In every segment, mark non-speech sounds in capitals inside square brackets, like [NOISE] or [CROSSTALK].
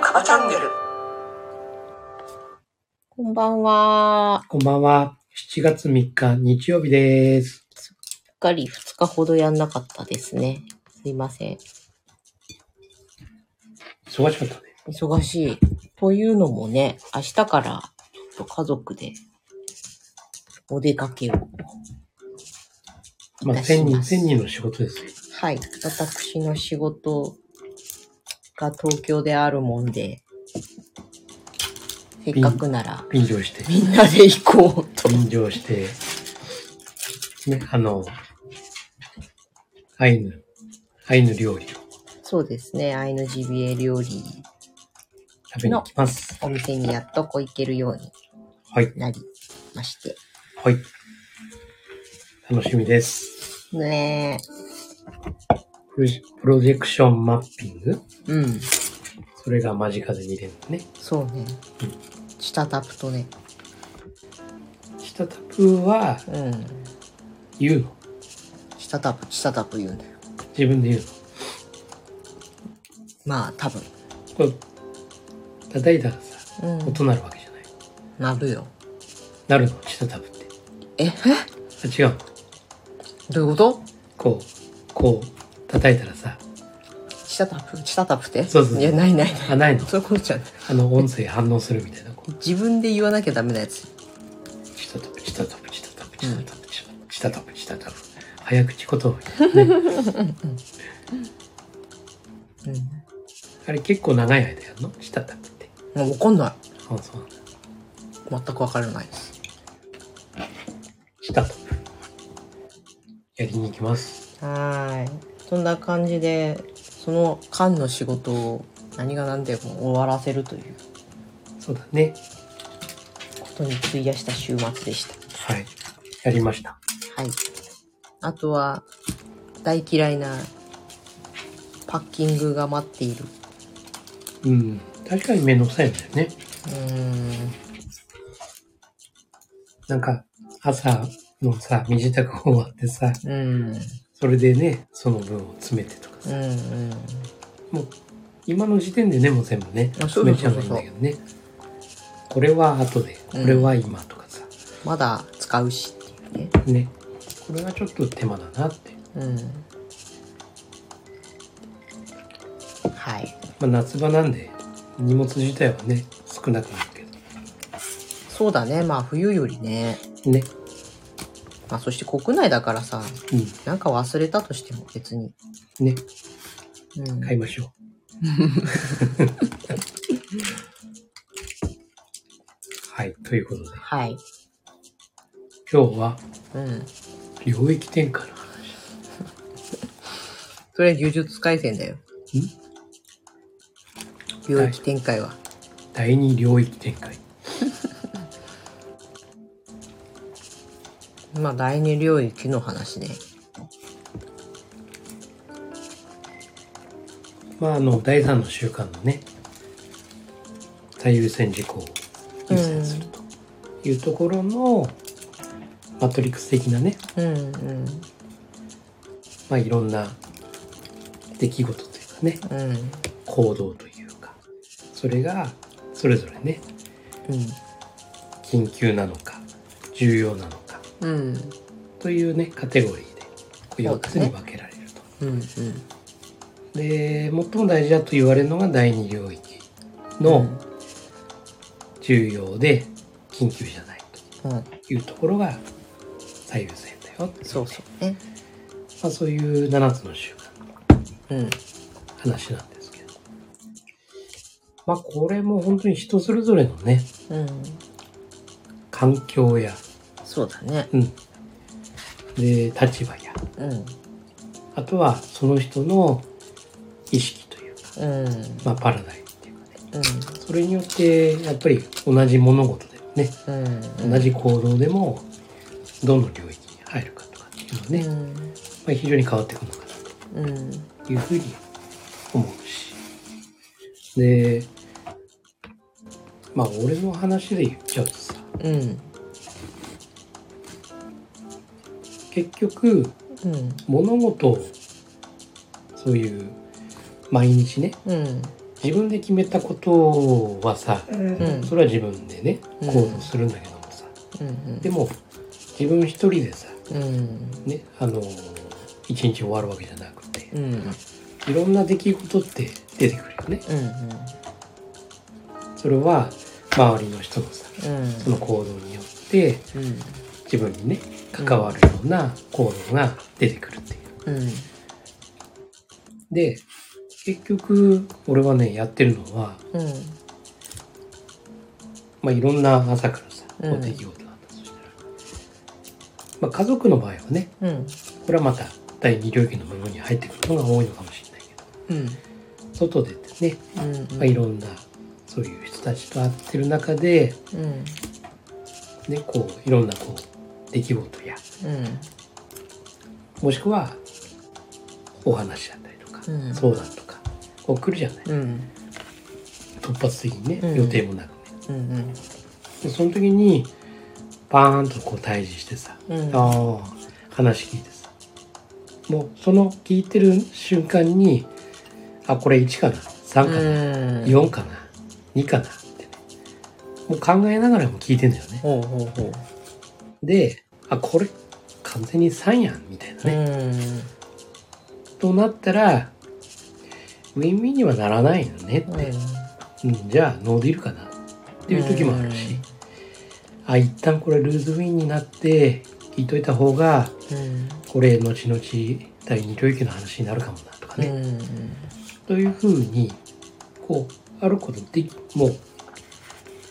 カバチャンネル。こんばんは。こんばんは。7月3日日曜日です。うっかり2日ほどやんなかったですね。すいません。忙しかったね。忙しい。というのもね、明日からちょっと家族でお出かけを。まいあ、たし千人、ます千人の仕事ですよ。はい。私の仕事が東京であるもんで、せっかくなら便乗して、みんなで行こうと。便乗して、ね、あの、アイヌ、アイヌ料理をそうですね。アイヌジビエ料理食べに行きます。お店にやっとこう行けるようにはい、なりまして。はい。楽しみです。ねえ。プロジプロジェクションマッピングうん、それが間近で見れるのね。そうね。下タプとね。下タプはうん。言うの。下タプ、下タプ言うんだよ。自分で言うの。まあ、多分。これ、叩いたらさ、うん。音なるわけじゃない。なるよ。なるの、下タプって。え、えあ違うの。どういうことこう、こう、叩いたらさ、下タプ下タプってそうそうそういや、ないないあ、ない。ないのそういうことじゃない。あの、音声反応するみたいな。こ自分で言わなきゃダメなやつ。う、チタタプ、チタタプ、チタタプ、チタタプ、チタタプ、チタタプ、チタタプ。早口言葉、ね。うん。あれ結構長い間やるのチタタプって。もう怒んない。あ、そうなんだ。全くわからないです。チタタプ。やりに行きます。はーい。そんな感じで、その間の仕事を何が何でも終わらせるというそうだね。ことに費やした週末でした。はい。やりました。はい。あとは、大嫌いなパッキングが待っている。うん。確かに面倒くさいんだよね。うーん。なんか、朝のさ、身支度終わってさ、うん。それでね、その分を詰めてとかうさ。ん。もう、今の時点でね、もう全部ね、あそう詰そうそめちゃうそううんだけどね。これは後で、これは今とかさ。まだ使うしっていうね。ね。これはちょっと手間だなって。うん。はい。まあ、夏場なんで、荷物自体はね、少なくなるけそうだね。まあ冬よりね。ど。ね。まあそして国内だからさ、うなんか忘れたとしても別に。ん。ね。うん。買いま [LAUGHS] しょう。はい。ということで、はい。今日はうん。領域転換の話。それは呪術廻戦だよ。領域展開は。第二領域展開。まあ第二領域の話ね。まあ、あの、第三の習慣のね、最優先事項を優先するというところの、マトリックス的なね、うんうんまあ、いろんな出来事というかね、うん行動というか、それがそれぞれね、緊急なのか、重要なのか、うんうんというね、カテゴリーで、こう4つに分けられると。うんで、最も大事だと言われるのが第二領域うのん重要で緊急じゃないうんというところが最優先だよ。そうそうねまあ、そういう7つの習慣のうん話なんですけど。まあ、これも本当に人それぞれのね、うん環境や、そうだねうん。で、立場や、うんあとはその人の意識というか、うんうんまあ、パラダイムっていうかね、それによって、やっぱり同じ物事でもね、うん同じ行動でも、どの領域に入るかとかっていうのはうね、まんあ、非常に変わってくるのかなと。うんというふうに思うし。で、まあ俺の話で言っちゃうとさうん結局うん物事をそういう毎日ねうん自分で決めたことはさうんそれは自分でねうん行動するんだけどもさうんでも自分一人でさうんねあの一日終わるわけじゃなくてうんうんいろんな出来事って出てくるよねそれは周りの人のさうんその行動によってうん自分にね関わるような行動が出てくるっていう。うんで結局俺はねやってるのは、うんまあ、いろんな朝からさうんこう出来事があったとしたら、まあ、家族の場合はねうんこれはまた第二領域の部分に入ってくるのが多いのかもしれないけどうん外出てね、うんまあ、いろんなそういう人たちと会ってる中で、うんね、こういろんなこう出来事やうんもしくはお話だったりとか、うん相談とかこう来るじゃないうん突発的にうんね予定もなくね、うんでその時にバーンとこう対峙してさ、うんああ話聞いてさもうその聞いてる瞬間にあこれ1かな3かな、うん4かな2かなってねもう考えながらも聞いてんだよねほうほうほうであこれ完全に3やんみたいなね、うんとなったらウィンウィンにはならないよねって、うん、じゃあノーディールかなっていう時もあるし、うんあ一旦これルーズウィンになって聞いといた方がうんこれ後々第二領域の話になるかもなとかね、うんというふうにこうあることできもう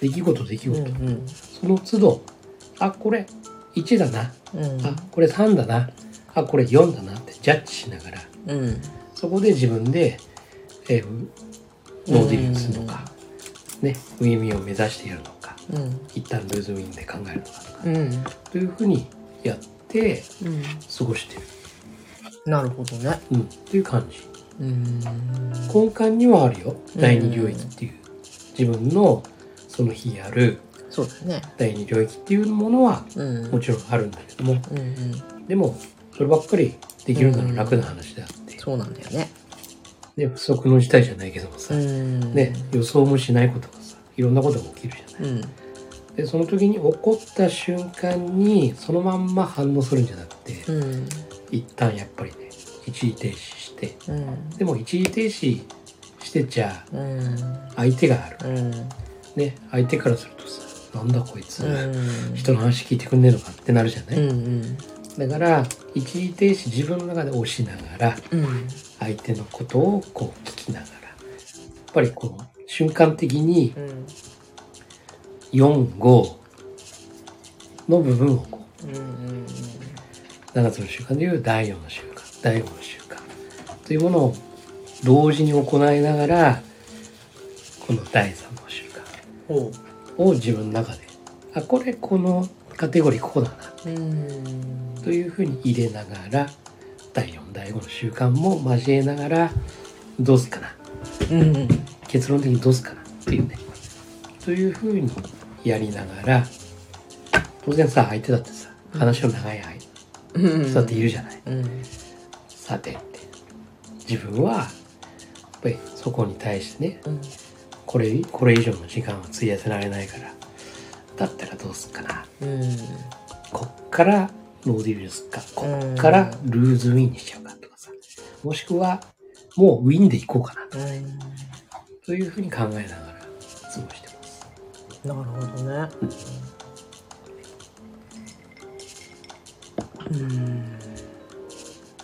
出来事出来う事、んうんその都度あこれ1だな、うんあこれ3だなあこれ4だなってジャッジしながらうんそこで自分で、えーノーディールするのか、ね、ウィンウィンを目指してやるのかうん一旦ルーズウィンで考えるのかとかうんというふうにやってうん過ごしてる、なるほどねうん、っていう感じうん根幹にはあるようん第二領域っていう自分のその日やるそうだね第二領域っていうものはうんうんもちろんあるんだけどもうんでもそればっかりできるなら楽な話であって、そうなんだよねね、不測の事態じゃないけどもさ、んね、予想もしないことがさいろんなことが起きるじゃない。うんでその時に起こった瞬間にそのまんま反応するんじゃなくて、うん一旦やっぱりね一時停止してうんでも一時停止してちゃうん相手があうるんね相手からするとさなんだこいつ、うん人の話聞いてくんねえのかってなるじゃなうい、んだから一時停止自分の中で押しながらうん相手のことをこう聞きながらやっぱりこう瞬間的にうん45の部分をこううんうん7つの習慣でいう第4の習慣第5の習慣というものを同時に行いながらこの第3の習慣ほを自分の中であこれこのカテゴリーここだなううんというふうに入れながら第4第5の習慣も交えながらどうすっかなうん結論的にどうすっかなっていうねというふうにやりながら当然さ相手だってさ話の長い相手うんだっているじゃない。うんさてって自分はやっぱりそこに対してねうんこれこれ以上の時間は費やせられないからだったらどうすっかなうんこっからノーディビルすっかこっからルーズウィンにしちゃうかとかさもしくはもうウィンでいこうかなうんというふうに考えながら過ごしてますなるほどね。うん。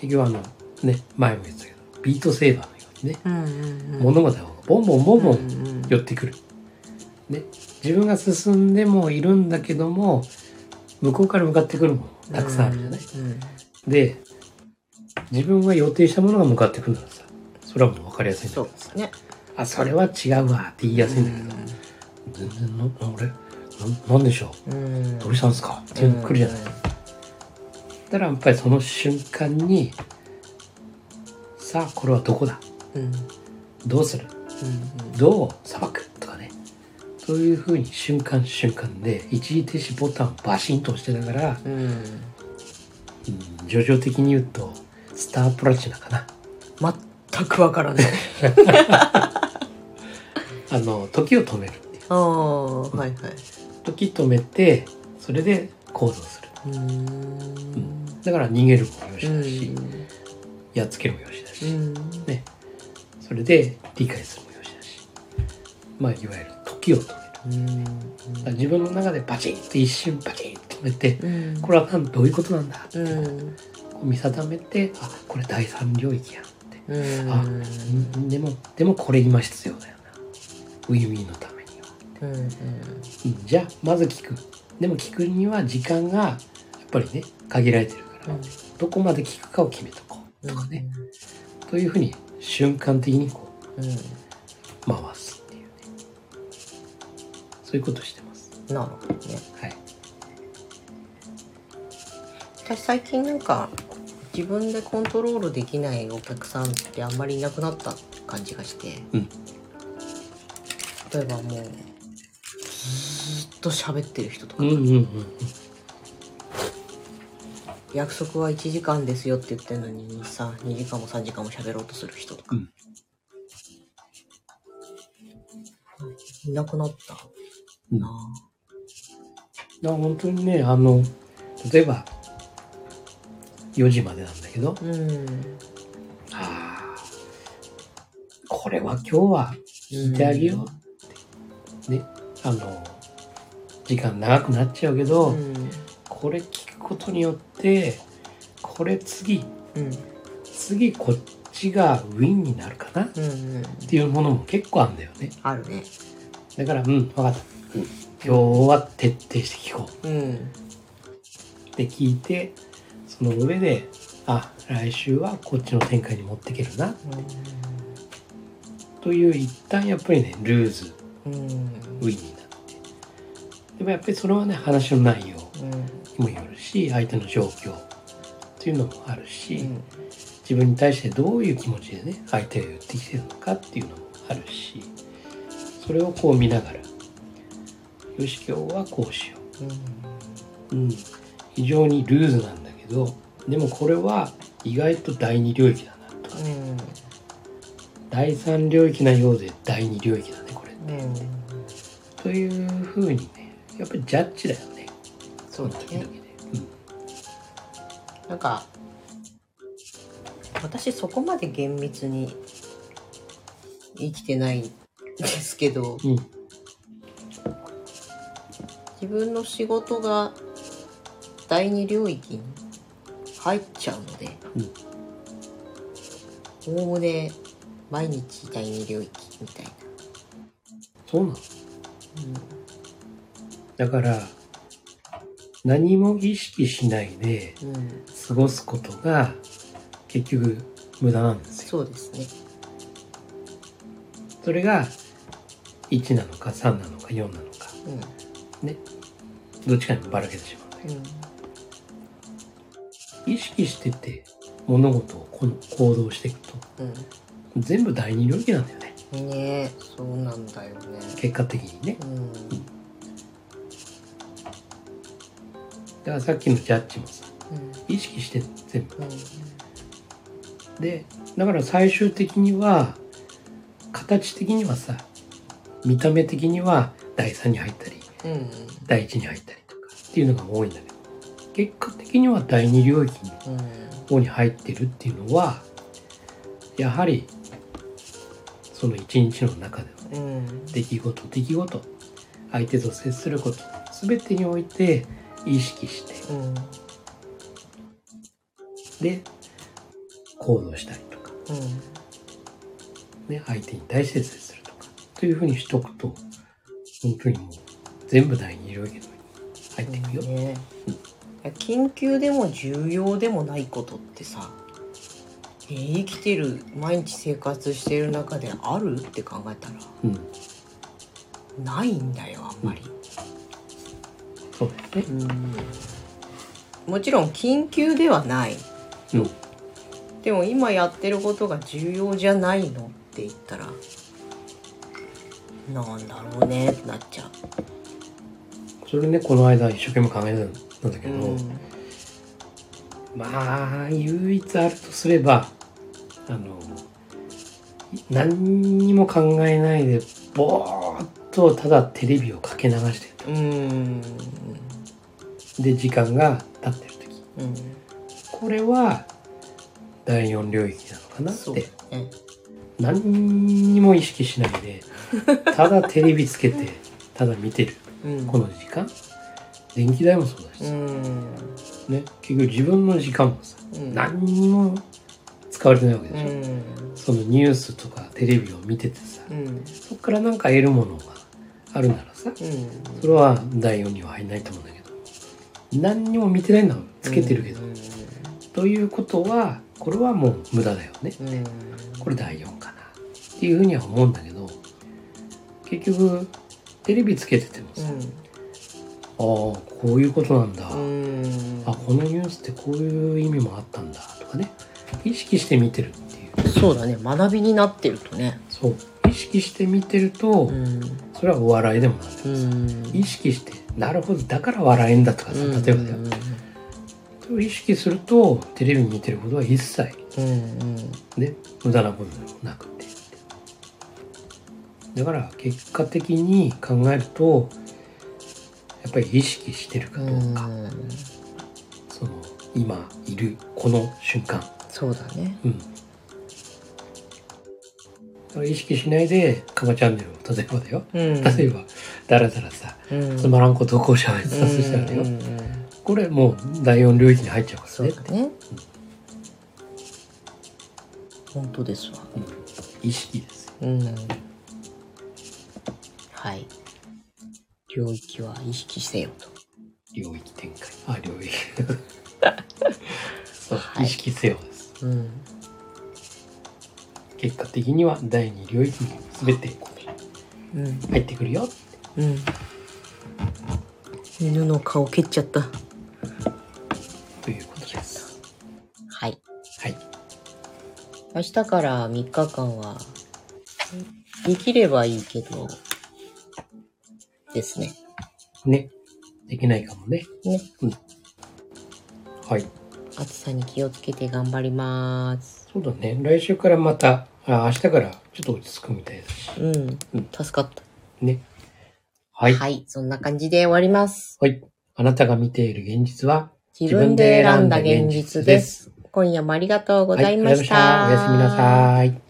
結局あのね前も言ってたけどビートセーバーのようにねうんうんうん。物事がボンボンボンボンうん寄ってくる。ね、自分が進んでもいるんだけども向こうから向かってくるものたくさんあるじゃない、うんで自分が予定したものが向かってくるならさそれはもう分かりやすいんだそけうどですね。あそれは違うわって言いやすいんだけど、全然なな俺ななんでしょうん。うどうしたんですかっていうの来るじゃない、だからやっぱりその瞬間にさあこれはどこだうん。うん。どうするうんどう裁くとかねそそういうふうに瞬間瞬間で一時停止ボタンをバシンと押してながら、うん。うん、叙々的に言うとスタープラチナかな全くわからない。あの時を止めるっていうああ、はいはい。時止めてそれで行動するうーん。だから逃げるもよしうだし、ん。やっつけるもよしだし、うん。それで理解するもよしだしまあいわゆる時を止めるだから自分の中でバチンと一瞬バチンと止めてうん。これはなんどういうことなんだってういうのをん。こう見定めてあこれ第三領域やってうん。あんでもでもこれ今必要だよなウィンウィンのためにはうん。うんじゃあまず聞くでも聞くには時間がやっぱりね限られてるから、うんどこまで聞くかを決めとこうとかね、。というふうに瞬間的にこううん。回すっていうねそういうことしてますなるほどね。はい私最近なんか自分でコントロールできないお客さんってあんまりいなくなった感じがして、うん例えばもうずーっと喋ってる人とか、うんうんうん約束は1時間ですよって言ってるのにさ2時間も3時間も喋ろうとする人とか、うんいなくなったうんなだから本当にねあの例えば4時までなんだけどあうん、あーこれは今日は聞いてあげようねあの時間長くなっちゃうけうど、んこれ聞くことによってこれ次うん次こっちがウィンになるかなっうんうんていうものも結構あるんだよねあるねだからうん分かった今日は徹底して聞こううんって聞いてその上であ来週はこっちの展開に持っていけるなという一旦やっぱりねルーズうんウィンになってでもやっぱりそれはね話の内容うんにもよるし相手の状況っていうのもあるし、うん自分に対してどういう気持ちでね相手が言ってきてるのかっていうのもあるしそれをこう見ながらよし今日はこうしよう、うん、非常にルーズなんだけどでもこれは意外と第二領域だなとかね第三領域なようで第二領域だねこれうんうんというふうにねやっぱりジャッジだよねそうだ時ね々ね、なんか私そこまで厳密に生きてないんですけどうん自分の仕事が第二領域に入っちゃうのでおおむね毎日第二領域みたいな、そうなのだから何も意識しないでうんうん、過ごすことが結局無駄なんですよそうですねそれが1なのか3なのか4なのかうどっちかにばらけてしまうんだけんうんど意識してて物事をこの行動していくと全部第二領域なんだよねうんねえそうなんだよね結果的にねうんだからさっきのジャッジもさうん意識してんの全部うでだから最終的には形的にはさ見た目的には第3に入ったりんうん第1に入ったりとかっていうのが多いんだけど結果的には第二領域にうん方に入ってるっていうのはやはりその一日の中でのねうん出来事出来事相手と接すること全てにおいて意識してうんで行動したりとか、うんね、相手に対して接するとかというふうにしとくと本当にもう全部第二領域の方に入っていくよ。ね緊急でも重要でもないことってさえー生きてる毎日生活してる中であるって考えたらうん、ないんだよあんまり、そうだよね。うんもちろん緊急ではないうん、でも今やってることが重要じゃないのって言ったらなんだろうねってなっちゃう。それねこの間一生懸命考えたんだけど、うんまあ唯一あるとすればあの何にも考えないでぼーっとただテレビをかけ流してるうんとで時間が経ってる時うんこれは第4領域なのかなっそうてね何にも意識しないでただテレビつけてただ見てるうんこの時間電気代もそうだしうさ、んね結局自分の時間もさうん何にも使われてないわけでうしょ、んそのニュースとかテレビを見ててさうんそこからなんか得るものがあるならうさんそれは第4には入んないと思うんだけど何にも見てないのはつけてるけど、うんということはこれはもう無駄だよねうんこれ第4かなっていうふうには思うんだけど結局テレビつけててもさ、ああこういうことなんだ、うんあこのニュースってこういう意味もあったんだとかね意識して見てるっていうそうだね学びになってるとねそう意識して見てると、うんそれはお笑いでもなんだけどさ、意識してなるほどだから笑えんだとかさ例えばだよ、それを意識するとテレビ見てることは一切うんうんね無駄なことなくてだから結果的に考えるとやっぱり意識してるかどうか、うんその今いるこの瞬間そうだねうんだから意識しないでカバチャンネルを例えばだようん例えばだらだらさうんつまらんことをこうしゃべってさそしたらだようんうんうんこれもう第4領域に入っちゃうかそらうねだね本当ですわ意識ですようんはい領域は意識せよと領域展開あ領 [LAUGHS] 域そう、はい意識せよですうん結果的には第2領域に全てこううん入ってくるようん犬の顔蹴っちゃったということですはいはい明日から3日間はできればいいけどですねねできないかもねねはい暑さに気をつけて頑張りますそうだね来週からまたあ明日からちょっと落ち着くみたいですしうんうん助かったねはいははい、い、そんな感じで終わりますあなたが見ている現実は自分で選んだ現実です。今夜もありがとうございました。はい、ありがとうございましたおやすみなさい